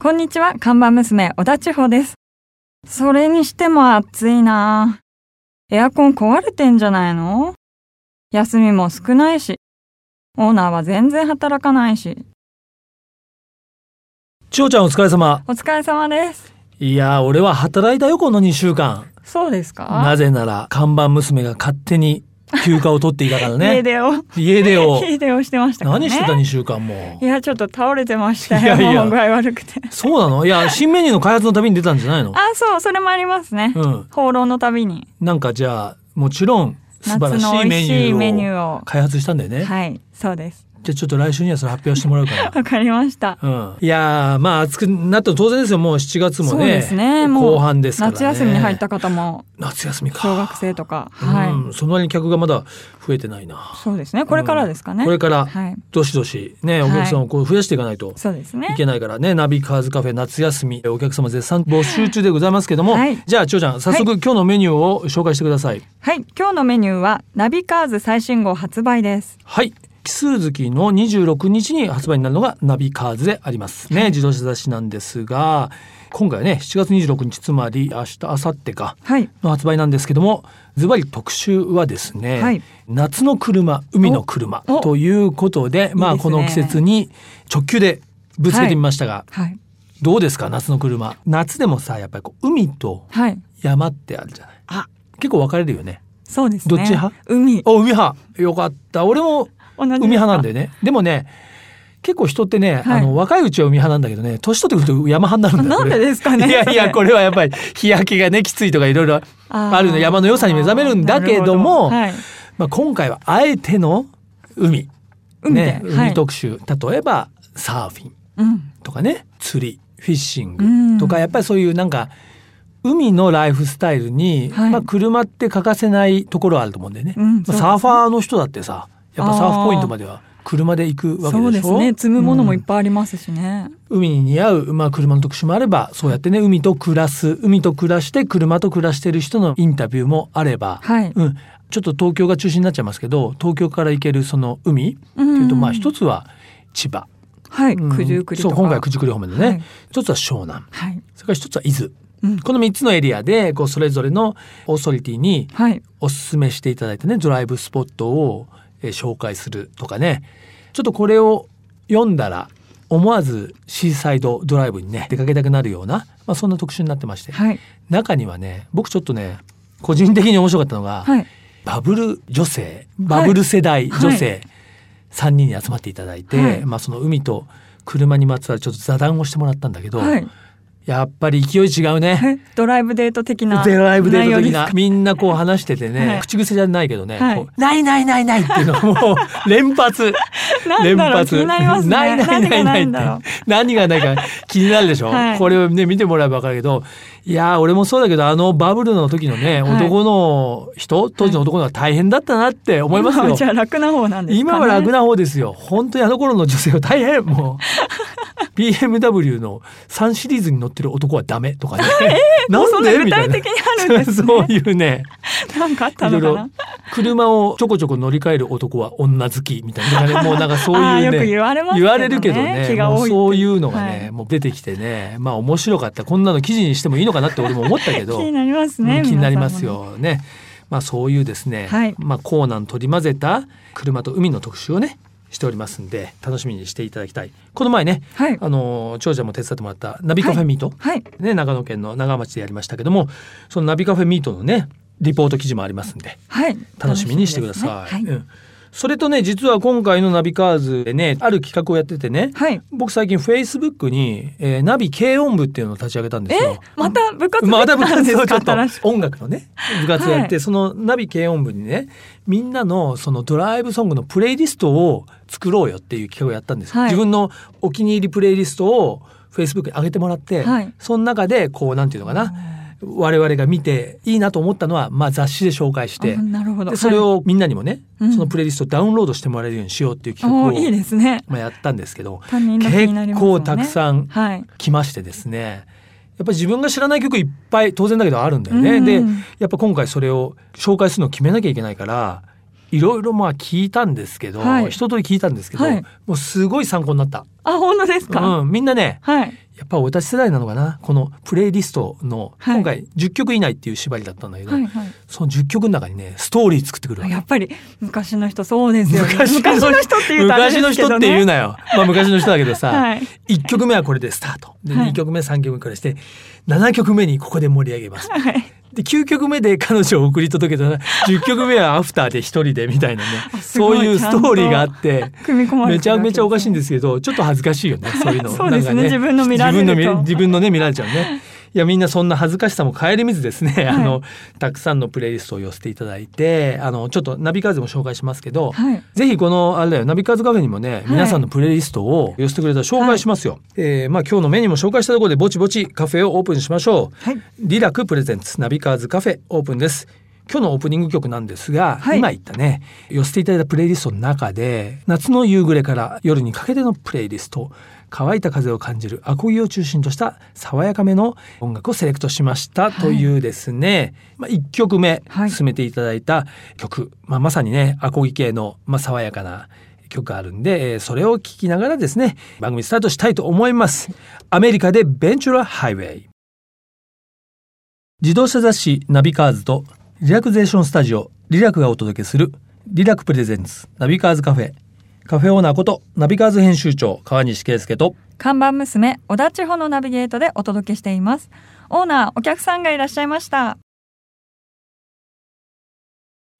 こんにちは、看板娘、小田千穂です。それにしても暑いなエアコン壊れてんじゃないの休みも少ないし、オーナーは全然働かないし、千代ちゃんお疲れ様。お疲れ様です。いやー、俺は働いたよ、この2週間。そうですかなぜなら、看板娘が勝手に休暇を取っていたから家ね。出を、家出を。 家出をしてましたからね。何してた2週間もい。や、ちょっと倒れてましたよ。いやいやもう具合悪 くて。そうなのいや、新メニューの開発のために出たんじゃないのあ、そう、それもありますね。うん。放浪のたびに、なんかじゃあ、もちろん、素晴ら夏しのい美メ味ニしいメニュューをーを。開発したんだよね。はい、そうです。じゃあちょっと来週にはそれ発表してもらう から。わかりました。うん、いやーまあ暑くなったら当然ですよもう7月もそうねですね。もう後半ですから、ね、夏休みに入った方も夏休みか小学生とか、はい、うん、その割に客がまだ増えてないなそうですね。これからですかね。これからはい、どしどしねお客さんをこう増やしていかないとそうですいね。けないからねナビカーズカフェ夏休みお客様絶賛募集中でございますけども、はいじゃあ千代ちゃん早速、今日のメニューを紹介してくださいはい、今日のメニューはナビカーズ最新号発売です。はい奇数月の26日に発売になるのがナビカーズでありますね自動車雑誌なんですが今回はね7月26日つまり明日明後日かはい、の発売なんですけどもズバリ特集はですね、はい夏の車海の車おおということでいまあいですこねの季節に直球でぶつけてみましたが、はい、どうですか夏の車夏でもさやっぱりこう海とはい。山ってあるじゃないあ、結構分かれるよねそうですね。どっち派？海。あ海派よかった俺も同じですか海派なんだよねでもね結構人ってね、はいあの若いうちは海派なんだけどね年取ってくると山派になるなんだよんでこれですかねいやいそやれこれはやっぱり日焼けがねきついとかいろいろーあるの山の良さに目覚めるんだけどもなるほどはい、まあ、今回はあえての海海でね、はい海特集、例えばサーフィンうん、とかね釣りフィッシンうんグとかやっぱりそういうなんか海のライフスタイルに、はいまあ、車って欠かせないところはあると思うんだよね。うんそうですまあ、ねサーファーの人だってさやっぱサーフポイントまでは車で行くわけでしょそうですね。積むものもいっうんぱいありますしね。海に似合う、まあ、車の特集もあればそうやってね海と暮らす海と暮らして車と暮らしてる人のインタビューもあれば、はい。うん、ちょっと東京が中心になっちゃいますけど東京から行けるその海ってうんうんいうとまあ一つは千葉、はい、うん九十九里とそうか。今回九十九里方面でね、はい一つは湘南はい。それから一つは伊豆うん。この3つのエリアでこうそれぞれのオーソリティにはい。おすすめしていただいてねドライブスポットをえー紹介するとかねちょっとこれを読んだら思わずシーサイドドライブにね出かけたくなるような、まあ、そんな特集になってまして、はい。中にはね僕ちょっとね個人的に面白かったのが、はい。バブル女性バブル世代女は性3人に集まっていただいて、はいまあ、その海と車にまつわるちょっと座談をしてもらったんだけど、はい。やっぱり勢い違うね。えドライブデート的な。ゼロライブデート的な内容みんなこう話しててね、はい口癖じゃないけどね、はいこうないないないないっていうのがもう 連発ですか。連なんだろう気発になりますね。ないないない何がなないんだろって何がないか気になるでしょ、 はいこれをね見てもらえば分かるけどいやー俺もそうだけどあのバブルの時のねはい男の人、当時の男の人は大変だったなってう。思います今よはじゃあ楽な方なんですかね。今は楽な方ですよ本当にあの頃の女性は大 変もう BMW の3シリーズに乗ってる男はダメとか ね、もうそんな具みたい体的にあるんですね。 そういうねなんかあっいたろのいかろな。車をちょこちょこ乗り換える男は女好きみたい な、ね、もうなんかそうあーいうよねく言われますけどね言われるけどね気が多いってもうそういうのがね、はいもう出てきてねまあ面白かったこんなの記事にしてもいいのかなって 俺も思ったけど気になりますうね。ん気になります皆よね。まあそういうですね、はいまあコーナーに取り混ぜた車と海の特集をねしておりますんで楽しみにしていただきたい。この前ね、さんもね。あの長者も手伝ってもらったナビカフェミート、はい。はい。ね長野県の長町でやりましたけども、そのナビカフェミートのねリポート記事もありますんではい。楽しみにしてくださ楽しみい。ですうねんそれとね実は今回のナビカーズでねある企画をやっててね、はい。はい。僕最近フェイスブックに、えーナビ軽音部っていうのを立ち上げたんですよ。また部活までた部きたんで活すをちょかっと新しく。音楽のね部活をやって、はそのナビ軽音部にねみんなのそのドライブソングのプレイリストを作ろうよっていう企画をやったんですよ、はい自分のお気に入りプレイリストを Facebook に上げてもらって、はいその中でこうなんていうのかな我々が見ていいなと思ったのは、まあ、雑誌で紹介してあなるほど。でそれはいをみんなにもね、うんそのプレイリストをダウンロードしてもらえるようにしようっていう企お画おをいいですね。まあ、やったんですけど担任の気になります結もん構ね。たくさんはい。来ましてですねやっぱり自分が知らない曲いっぱい当然だけどあるんだよね。うんでやっぱ今回それを紹介するのを決めなきゃいけないからいろいろまあ聞いたんですけど、はい一通り聞いたんですけど、はいもうすごい参考になった、あ本当ですか。うん、みんなねはい。やっぱ私世代なのかなこのプレイリストのはい今回10曲以内っていう縛りだったんだけど、はいはいその10曲の中にねストーリー作ってくるわあけやっぱり昔の人そうですよね昔の人昔の人って言うとあれ昔でのすけ人ど、ね、って言うなよ。まあ昔の人だけどさ、はい1曲目はこれでスタート。ではい2曲目3曲目これして7曲目にここで盛り上げます。はいで9曲目で彼女を送り届けたら10曲目はアフターで一人でみたいな ねすごそいういうストーリーがあって。組み込まれめてちるゃわけめちゃおかしいんでですけどちょっと恥ずかし いよねそういうのそうですねなんか自分の見られると自分の見自分のね見られちゃうねいやみんなそんな恥ずかしさも顧みずですね、あのたくさんのプレイリストを寄せていただいてあのちょっとナビカーズも紹介しますけど、すはいぜひこのあれだよナビカーズカフェにもね、皆さんのプレイリストを寄せてくれたら紹介しますよ、えーまあ今日のメニューも紹介したところでぼちぼちカフェをオープンしましょう、はいリラクプレゼンツナビカーズカフェオープンです今日のオープニング曲なんですが、はい今言ったね寄せていただいたプレイリストの中で夏の夕暮れから夜にかけてのプレイリスト乾いた風を感じるアコギを中心とした爽やかめの音楽をセレクトしましたというですね、まあ、1曲目はい進めていただいた曲、まあ、まさにねアコギ系の、まあ、爽やかな曲があるんで、えーそれを聴きながらですね番組スタートしたいと思います。アメリカでベンチュラハイウェイ自動車雑誌ナビカーズとリラクゼーションスタジオリラクがお届けするリラクプレゼンツナビカーズカフェカフェオーナーことナビカーズ編集長川西圭介と看板娘小田地方のナビゲートでお届けしていますオーナーお客さんがいらっしゃいました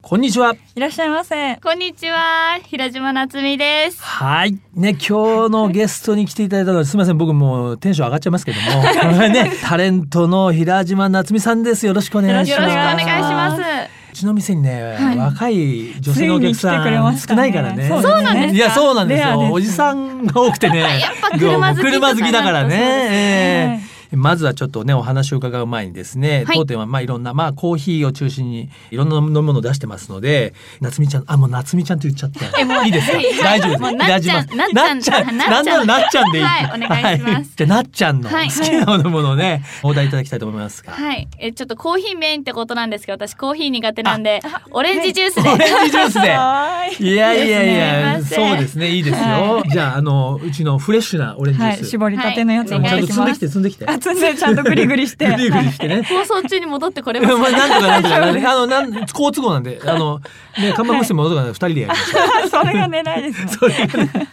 こんにちはいらっしゃいませこんにちは、平島夏美です。はいね今日のゲストに来ていただいたのはすみません僕もうテンション上がっちゃいますけどもこれねタレントの平島夏美さんですよろしくお願いしよますろしくお願いします。うちの店にね、はい若い女性のお客さついに来てくれまんした少ねないからね。そうですねそうなんですかいや、そうなんですレアよ。ですねおじさんが多くてね。やっぱ車好きとか車好きだからね。なんかそうですねええまずはちょっとね、お話を伺う前にですね、はい当店はまあいろんな、まあコーヒーを中心にいろんな飲み物を出してますので、夏美ちゃん、あ、もう夏美ちゃんって言っちゃって。いいですか大丈夫もうです。なっちゃ大ん丈夫ですなっなっちちゃゃん、んなんならなっちゃんでいい。はいお願いしますはじゃあなっちゃんの好はいきな飲み物をね、お題いただきたいと思いますが。はい、えちょっとコーヒーメインってことなんですけど、私コーヒー苦手なんで、オレンジジュースで。オレンジジュースで。はいいやいやいや、すいませんそうですね、いいですよ。じゃあ、あの、うちのフレッシュなオレンジジュはーいス。絞りたてのやつちをゃおんは願いしと積んまですきて積んできて。あ積んでちゃんとグリグリしてグリグリして ね。放送中に戻ってこれますまあ、か。なんとかなんとか、ね、あの、なん、好都合なん で、あの、ね、看板娘もとか、二人でやりましょう。 それが狙いですねそれがね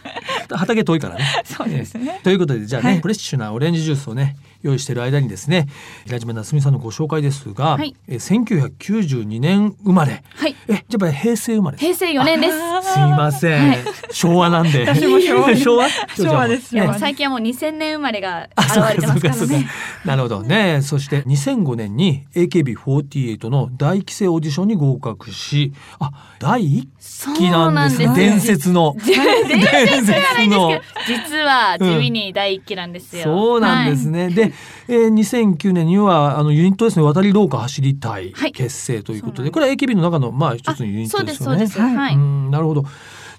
畑遠いからね。そうですねということで、じゃあね、はいフレッシュなオレンジジュースをね、用意している間にですね。平島なすみさんのご紹介ですが、はいえ、1992年生まれ。はい、え、じゃあ、平成生まれ。平成4年です。すいません、はい昭和なんで。私も昭和昭和昭和ですいやもうね最近はもう2000年生まれがあ、そう現れかそてまうすかからそうかね。。なるほどね。そして2005年に AKB48 の第一期生オーディションに合格し、あ、第一そう期なんですね。そうなんです伝説の。伝説 の。実は地味に第一期なんですよ。そうなんですね。で、えー、2009年にはあのユニットですね、渡り廊下走り隊はい結成ということで、そうなんですこれは AKB の中のまあ一はい。つのユニあッそトうでですすそようね。です。はい。うん、なるほど。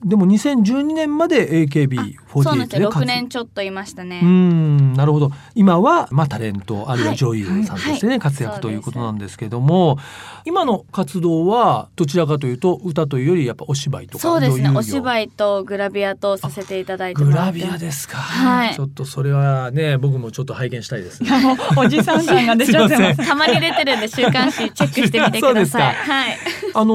でも2012年まで AKB48 そうなんですよ。活6年ちょっといましたね。うんなるほど今は、まあ、タレントあるいははい女優さんとしてね、はい活そ躍うというですことなんですけども今の活動はどちらかというと歌というよりやっぱお芝居とかそうですね。お居芝居とグラビアとさせていただいてグもらラってビアですか、はいちょっとそれはね僕もちょっと拝見したいですね。もうおじさん感が出ちゃってます すいまたまに出てるんで週刊誌チェックしてみてください。そはい。あの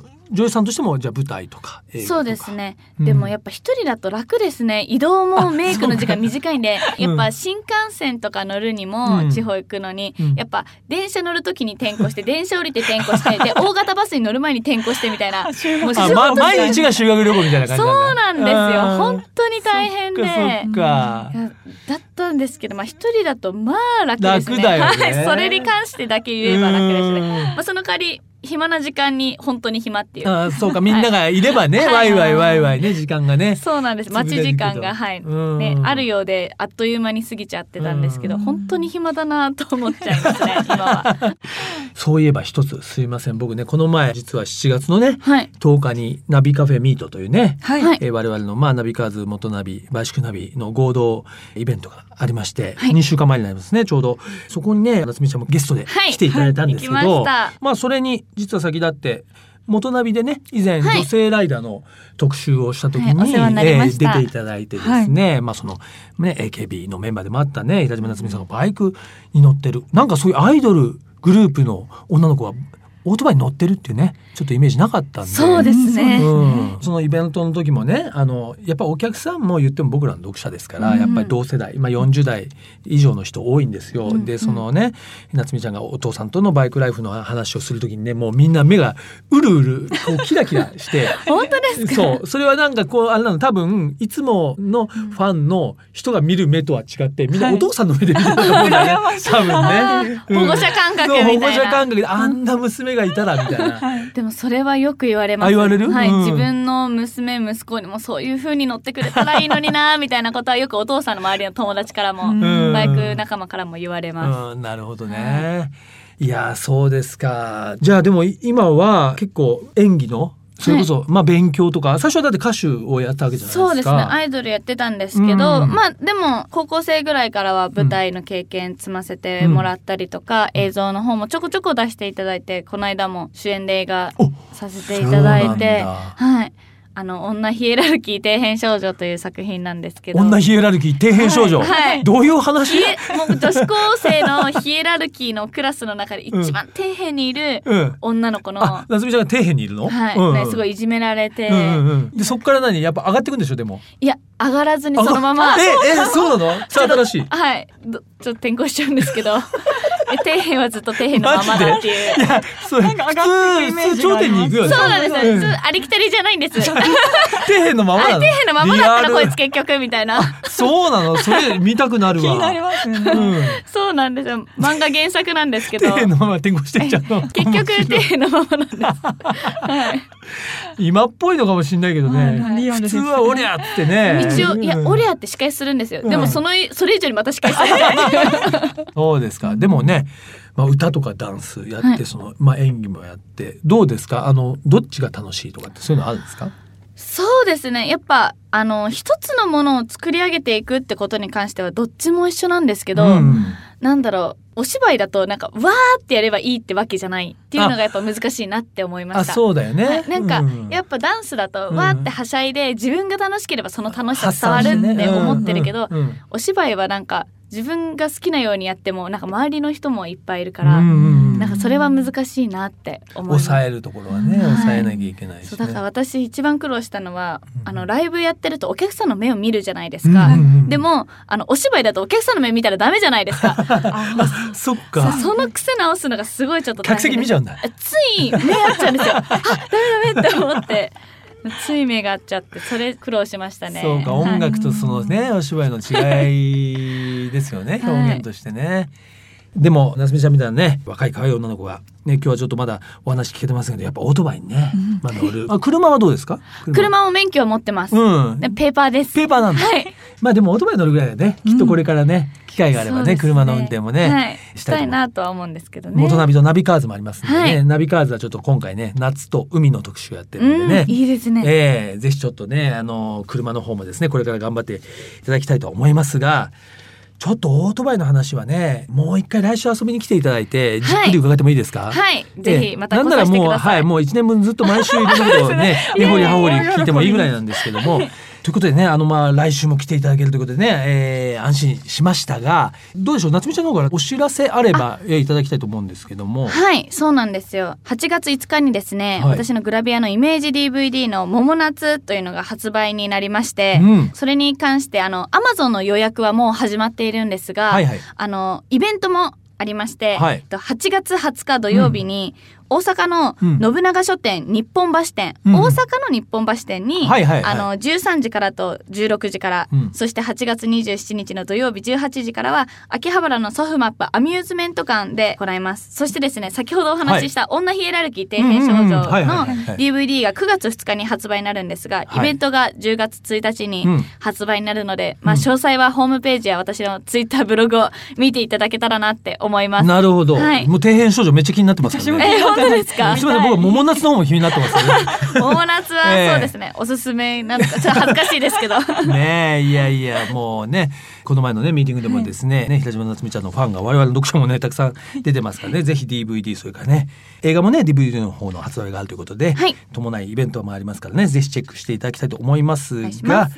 ー女優さんとしてもじゃあ舞台とか映画とかそうですね。うんでもやっぱ一人だと楽ですね。移動もメイクの時間短いんで、うんやっぱ新幹線とか乗るにうんも地方行くのに、うんやっぱ電車乗る時に転校して、電車降りて転校して、で大型バスに乗る前に転校してみた いな。もう週末あ、仕ま、事毎日が修学旅行みたいな感じそうななんんだですよ。あー本当に大変で。そっかいやだったんですけど、まあ一人だとまあ楽ですね。楽だよねはい、それに関してだけ言えば楽ですね。まあ、その代わり暇な時間に本当に暇っていう。あーそうかみんながいればね、はいワイワイワイワイね時間がねそうなんです。待ち時間がはい、うんねあるようであっという間に過ぎちゃってたんですけうど、ん本当に暇だなと思っちゃいますね。今は。そういえば一つすいません僕ねこの前実は7月のねはい。 10日にナビカフェミートというね、はいはいえー我々のまあナビカーズ元ナビバイシクナビの合同イベントがありまして、はい2週間前になりますねちょうどそこにね夏美ちゃんもゲストではい来ていただいたんですけど、はい行きましたまあそれに実は先立って元ナビでね以前はい女性ライダーの特集をした時に、はいお世話になりましたえー出ていただいてですね、まあそのね AKB のメンバーでもあったね平島夏美さんがバイクに乗ってるなんかそういうアイドルグループの女の子がオートバイに乗ってるっていうねちょっとイメージなかったんでそうですね。うん、そのイベントの時もねあのやっぱお客さんも言っても僕らの読者ですから、うんやっぱり同世代今40代以上の人多いんですよ。うんうでんそのね夏美ちゃんがお父さんとのバイクライフの話をする時にねもうみんな目がうるうるこうキラキラして 本当ですか。そうそれはなんかこうあれなの多分いつものファンの人が見る目とは違ってみんなはいお父さんの目で見てると思うんだ よね、多あ分ね。ー保護者感覚そう保み護たい者な感。覚であんな娘がいたらみたいな。でもそれはよく言われます。あ言われるはい、うん自分の娘息子にもそういう風に乗ってくれたらいいのになみたいなことはよくお父さんの周りの友達からも、うんバイク仲間からも言われます。うん、なるほどね。いやー、そうですか。じゃあでもい今は結構演技の、それこそ、まあ勉強とか、最初はだって歌手をやったわけじゃないですか。そうですねアイドルやってたんですけど、うんまあでも高校生ぐらいからは舞台の経験積ませてもらったりとか、映像の方もちょこちょこ出していただいてこの間も主演で映画おさせていただいてそうなんだはいあの「女ヒエラルキー底辺少女」という作品なんですけど女ヒエラルキー、底辺少女。はいはいどういう話ヒエもう女子高生のヒエラルキーのクラスの中で一番底辺にいるうん。女の子の、あ、夏美ちゃんが底辺にいるのはいうんうんねすごいいじめられて、うんうんうんで、そっから何やっぱ上がってくんでしょ、でも。いや上がらずにそのま まあえ、え、そうなのさあ新しい。はいどちょっと転校しちゃうんですけどえ底辺はずっと底辺のままだっていういや、そう、な普んか上がってくイ通、メー普通ジが頂あり点にます行くよそうね。なんですよ、うんちょっとありきたりじゃないんですあ 底辺のままなの。底辺のままだったらこれリ結局みたいなアルそうなのそれ見たくなる気わ。になりますようね。ん。そうなんですよ漫画原作なんですけど底辺結のまま転校してっちゃう の局底辺のままなんですはい今っぽいのかもしれないけどね、はいリアル普です通ねはオリゃーってね一応いやうんオレアって司会するんですよ、うんでもそのそれ以上にまた司会するそうですかでもね、まあ、歌とかダンスやって、はいそのまあ、演技もやってどうですかあのどっちが楽しいとかってそういうのあるんですかそうですねやっぱあの一つのものを作り上げていくってことに関してはどっちも一緒なんですけど、うんなんだろうお芝居だとなんかわーってやればいいってわけじゃないっていうのがやっぱ難しいなって思いまあした。そうだよね、はいなんか、うやっぱダンスだとうんわーってはしゃいで、自分が楽しければその楽しさ発伝散わしてるねって思ってるけど、うんうんうんお芝居はなんか自分が好きなようにやってもなんか周りの人もいっぱいいるから、うんうんうんなんかそれは難しいなって思います。抑えるところはねはい抑えなきゃいけないし、ねそうだから私一番苦労したのは、うんあのライブやってるとお客さんの目を見るじゃないですか、うんうんうんでもあのお芝居だとお客さんの目見たらダメじゃないですか あそっかその癖直すのがすごいちょっと客大変席で見ちゃうんだつい目合っちゃうんですよ あダメダメって思ってつい目が合っちゃってそれ苦労しましたねそうか、はい音楽とそのね、お芝居の違いですよね、 はい表現としてね。でも、夏目ちゃんみたいなね、若い可愛い女の子が、ね、今日はちょっとまだお話聞けてませんけど、やっぱオートバイにね、まあ乗る。あ、車はどうですか車も免許は持ってます、うん。でペーパーですペーパーなんだ。はいまあでもオートバイ乗るぐらいはね、きっとこれからね、機会があればそうね、です車の運転もね、はい、したとい思いますなとは思うんですけどね元ナビとナビカーズもありますんでね、はいナビカーズはちょっと今回ね夏と海の特集をやってるんでね、うんいいですねええぜひちょっとねあの車の方もですねこれから頑張っていただきたいと思いますがちょっとオートバイの話はねもう一回来週遊びに来ていただいいてじっくり伺ってもいいですか、はいぜひまたええ来させてくなんならもう、ださい、はい、もう1年分ずっと毎週いろんなことを ね、根掘り葉掘り聞いてもいいぐらいなんですけども。ということでね、あの、まあ、来週も来ていただけるということでね、えー、安心しましたが、どうでしょう、夏美ちゃんの方からお知らせあれば、えーいただきたいと思うんですけども。はい、そうなんですよ。8月5日にですね、はい私のグラビアのイメージ DVD の「桃夏」というのが発売になりまして、うんそれに関してあの Amazon の予約はもう始まっているんですが、はいはい。あのイベントもありまして、はいえっと8月20日土曜日に、大阪のうん信長書店、日本橋店、うん大阪の日本橋店に、はいはいはいあの13時からと16時から、うんそして8月27日の土曜日18時からは秋葉原のソフマップアミューズメント館で行いますそしてですね先ほどお話しした「女ヒエラルキー底辺少うんうんう女ん」はいはいのはいはい DVD が9月2日に発売になるんですが、はいイベントが10月1日にうん発売になるので、まあ、うん詳細はホームページや私のツイッターブログを見ていただけたらなって思います。なるほど、はいもう底辺少女めっちゃ気になってますから私もね。えー、本本当ですか すみません、僕は桃夏の方も気になってますね。 え大夏えはそうですね、おすすめなのかちょっと恥ずかしいです けどねえいやいやもうねこの前のねミーティングでもですね,、ね平島夏実ちゃんのファンが我々の読者もねたくさん出てますからねぜひ DVD それからね映画もね DVD の方の発売があるということで、はい伴いイベントもありますからねぜひチェックしていただきたいと思います願いしまが。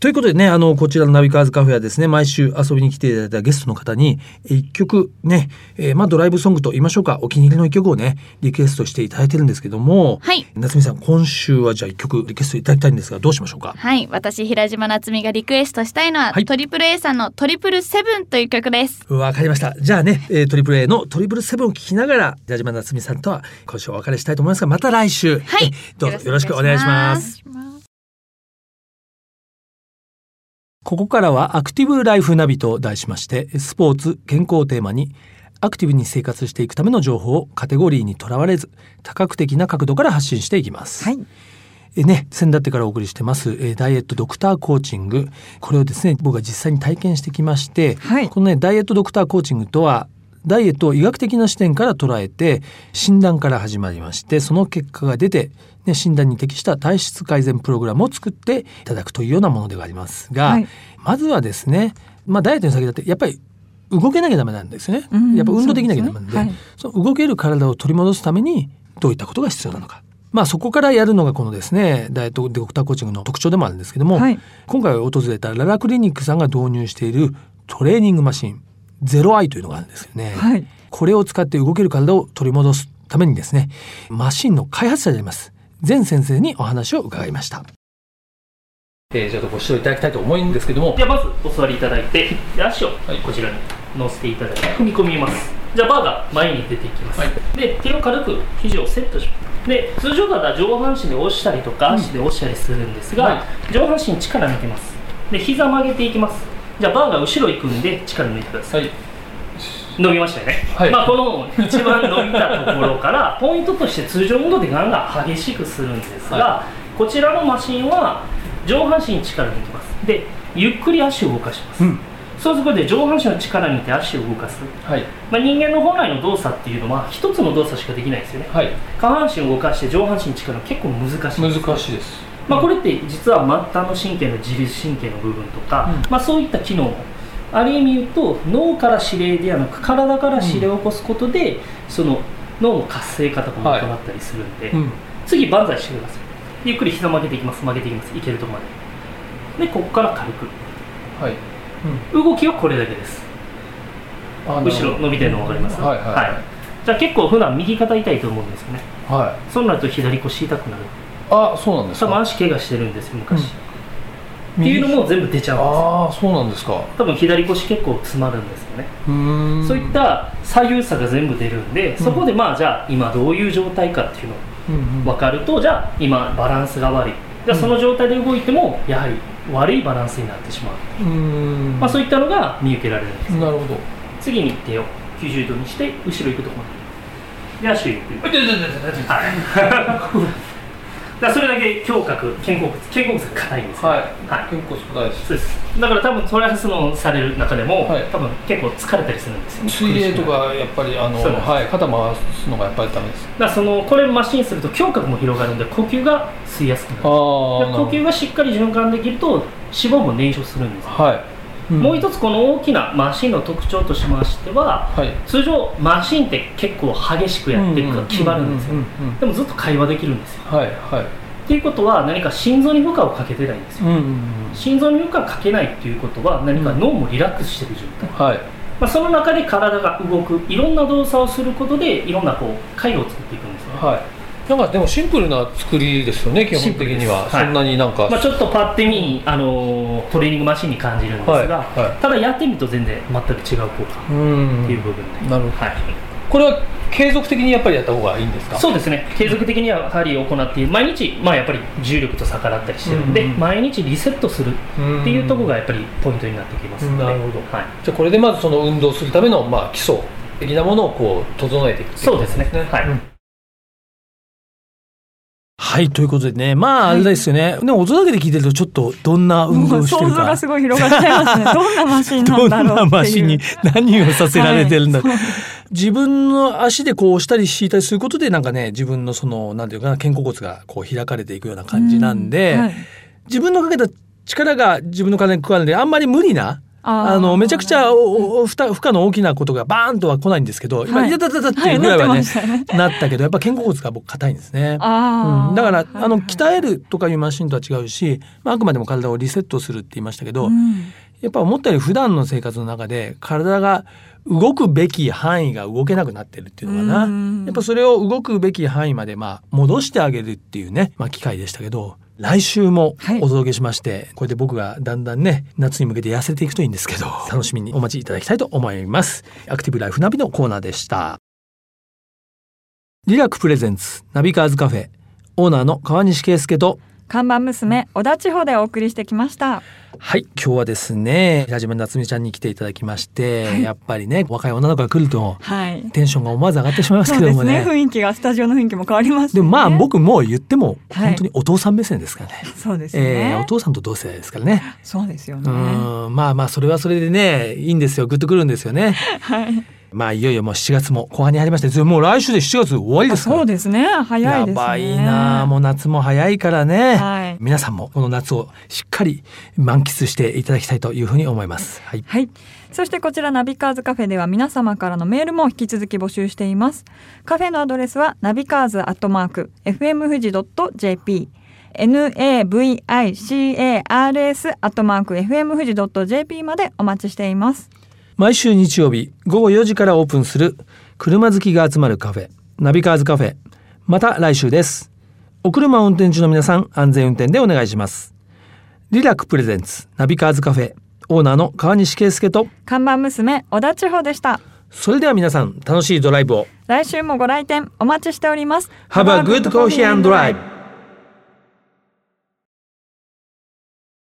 ということでね、あの、こちらのナビカーズカフェはですね、毎週遊びに来ていただいたゲストの方に、え一曲ね、えーまあドライブソングと言いましょうか、お気に入りの一曲をね、リクエストしていただいてるんですけども、はい夏美さん、今週はじゃあ一曲リクエストいただきたいんですが、どうしましょうかはい私平島夏実がリクエストしたいのは、はいトリプル A さんの「トリプルセブン」という曲ですわかりました。じゃあね、えー、トリプル A のトリプルセブンを聞きながら、矢島夏美さんとは今週お別れしたいと思いますが、また来週、はいえーどうぞよろしくお願いします。ここからはアクティブライフナビと題しまして、スポーツ、健康をテーマに、アクティブに生活していくための情報をカテゴリーにとらわれず、多角的な角度から発信していきます。はい。えーね、先だってからお送りしてます、えーダイエットドクターコーチング。これをですね、僕が実際に体験してきまして、はい。このねダイエットドクターコーチングとはダイエットを医学的な視点から捉えて診断から始まりましてその結果が出て、ね、診断に適した体質改善プログラムを作っていただくというようなものではありますが、はいまずはですね、まあ、ダイエットに先立ってやっぱり動けなきゃダメなんですよね、うんやっぱ運動できなきゃダメなんでそうですねその動ける体を取り戻すためにどういったことが必要なのか。まあそこからやるのがこのですねダイエットドクターコーチングの特徴でもあるんですけども、はい今回訪れたララクリニックさんが導入しているトレーニングマシンゼロアイというのがあるんですよね、はい。これを使って動ける体を取り戻すためにですねマシンの開発者であります全先生にお話を伺いました、えー、ちょっとご指導いただきたいと思うんですけどもじゃあまずお座りいただいてで足をこちらに乗せていただいて踏み込みますじゃあバーが前に出ていきます、で手を軽く肘をセットしますで通常なら上半身で押したりとか足で押したりするんですが、は上半身に力抜きますで膝曲げていきますじゃあバーが後ろ行くんで力抜いてください、伸びましたよね、はいまあ、この一番伸びたところから ポイントとして通常運動でガンガン激しくするんですが、こちらのマシンは上半身に力を抜きますでゆっくり足を動かします、うんそうすることで上半身の力抜いて足を動かす、はいまあ、人間の本来の動作っていうのは一つの動作しかできないですよねはい下半身を動かして上半身に力結構難しいですしいですまあ、これって実は末端の神経の自律神経の部分とか、うんまあ、そういった機能もある意味言うと脳から指令ではなく体から指令を起こすことで、その脳の活性化とかもはい伺ったりするんで、うん次万歳してくださいゆっくり膝曲げていきます曲げていきますいけるとこまででここから軽くはい、動きはこれだけですあ後ろ伸びてるの分かりますはいはいはいじゃあ結構普段右肩痛いと思うんですよねはいそうなると左腰痛くなるあそうなんで多分足怪我してるんですよ昔、うんっていうのも全部出ちゃうんですよあそうなんですか多分左腰結構詰まるんですよね、うんそういった左右差が全部出るんでそこでまあじゃあ今どういう状態かっていうのを分かるとじゃあ今バランスが悪いじゃあその状態で動いてもやはり悪いバランスになってしまう、うんまあ、そういったのが見受けられるんですなるほど次に手を90度にして後ろ行くとこまでで足をゆっくりはいだからそれだけ胸郭肩甲骨肩甲骨が硬いんですよはいはい結構少ないですそうですだから多分トライアスロンされる中でも、はい多分結構疲れたりするんですよね水泳とかやっぱりあの、そうですはい、肩回すのがやっぱりダメですだからそのこれマシンすると胸郭も広がるんで呼吸が吸いやすくなるああで呼吸がしっかり循環できると脂肪も燃焼するんですよ、はもう一つこの大きなマシンの特徴としましてはいはい通常マシンって結構激しくやっていくから決まるんですようんうんでもずっと会話できるんですよはいはいっていうことは何か心臓に負荷をかけてないんですようんうんうん心臓に負荷をかけないっていうことは何か脳もリラックスしてる状態、はいまあ、その中で体が動くいろんな動作をすることでいろんなこう回路を作っていくんですよねはいなんかでもシンプルな作りですよね基シン本プル的ですには、はいそんなになんか、まあ、ちょっとパッて見、あのートレーニングマシンに感じるんですが、はいはただやってみると全然全く違う効果うんっていう部分で、なるほどはい、これは継続的にやっぱりやった方がいいんですかそうですね継続的にはやはり行って毎日、まあ、やっぱり重力と逆らったりしてるんで、うんうん毎日リセットするうんっていうところがやっぱりポイントになってきますので、なるほどはい、じゃあこれでまずその運動するためのまあ基礎的なものをこう整えていくっていそうですねはい、うんはい、ということでね、まあ、あれですよね。ね、音だけで聞いてると、ちょっとどんな運動もをうして想る像かが。すごい広がっちゃいますね。どんなマシンなどんんだろうっていなう。マシンに何をさせられてるんだ、はい自分の足でこう押したり敷いたりすることでなんかね自分のそのなんていうかな肩甲骨がこう開かれていくような感じなんで、うはい自分のかけた力が自分の体に加わるのであんまり無理なあーあのめちゃくちゃおお負担負荷の大きなことがバーンとは来ないんですけど、今はいい、やだだだっていうぐらいははいなってまねしたねなったけどやっぱ肩甲骨が僕硬いんですね。ああうん、だから、あのえ鍛えるとかいうマシンとは違うし、まあ、あくまでも体をリセットするって言いましたけど、うんやっぱ思ったより普段の生活の中で体が動くべき範囲が動けなくなってるっていうのかうんな。やっぱそれを動くべき範囲までまあ戻してあげるっていうね、まあ機会でしたけど、来週もはいお届けしまして、これで僕がだんだんね、夏に向けて痩せていくといいんですけど、楽しみにお待ちいただきたいと思います。アクティブライフナビのコーナーでした。リラックプレゼンツナビカーズカフェ、オーナーの川西圭介と看板娘小田地方でお送りしてきました。はい今日はですね平島夏美ちゃんに来ていただきまして、やっぱりね若い女の子が来るとはい。テンションが思わず上がってしまいますそうけどでもすねね。で雰囲気がスタジオの雰囲気も変わります、ね。もまあ僕もう言ってもはい本当にお父さん目線ですからね、そうですえね。ーお父さんと同世代ですからねそうですようね。んまあまあそれはそれでねいいんですよグッとくるんですよねはい。まあいよいよもう7月も後半に入りましてもう来週で7月終わりですかそらうですね。早いですね。やばいなあもう夏も早いからね、はい皆さんもこの夏をしっかり満喫していただきたいというふうに思いますはいはい。そしてこちらナビカーズカフェでは皆様からのメールも引き続き募集しています。カフェのアドレスはナビカーズアットマーク FM 富士 .jp navicars アットマーク FM 富士 .jp までお待ちしています。毎週日曜日午後4時からオープンする車好きが集まるカフェナビカーズカフェまた来週ですお車を運転中の皆さん安全運転でお願いしますリラックプレゼンツナビカーズカフェオーナーの川西圭介と看板娘小田千穂でした。それでは皆さん楽しいドライブを来週もご来店お待ちしております。 Have a good coffee and drive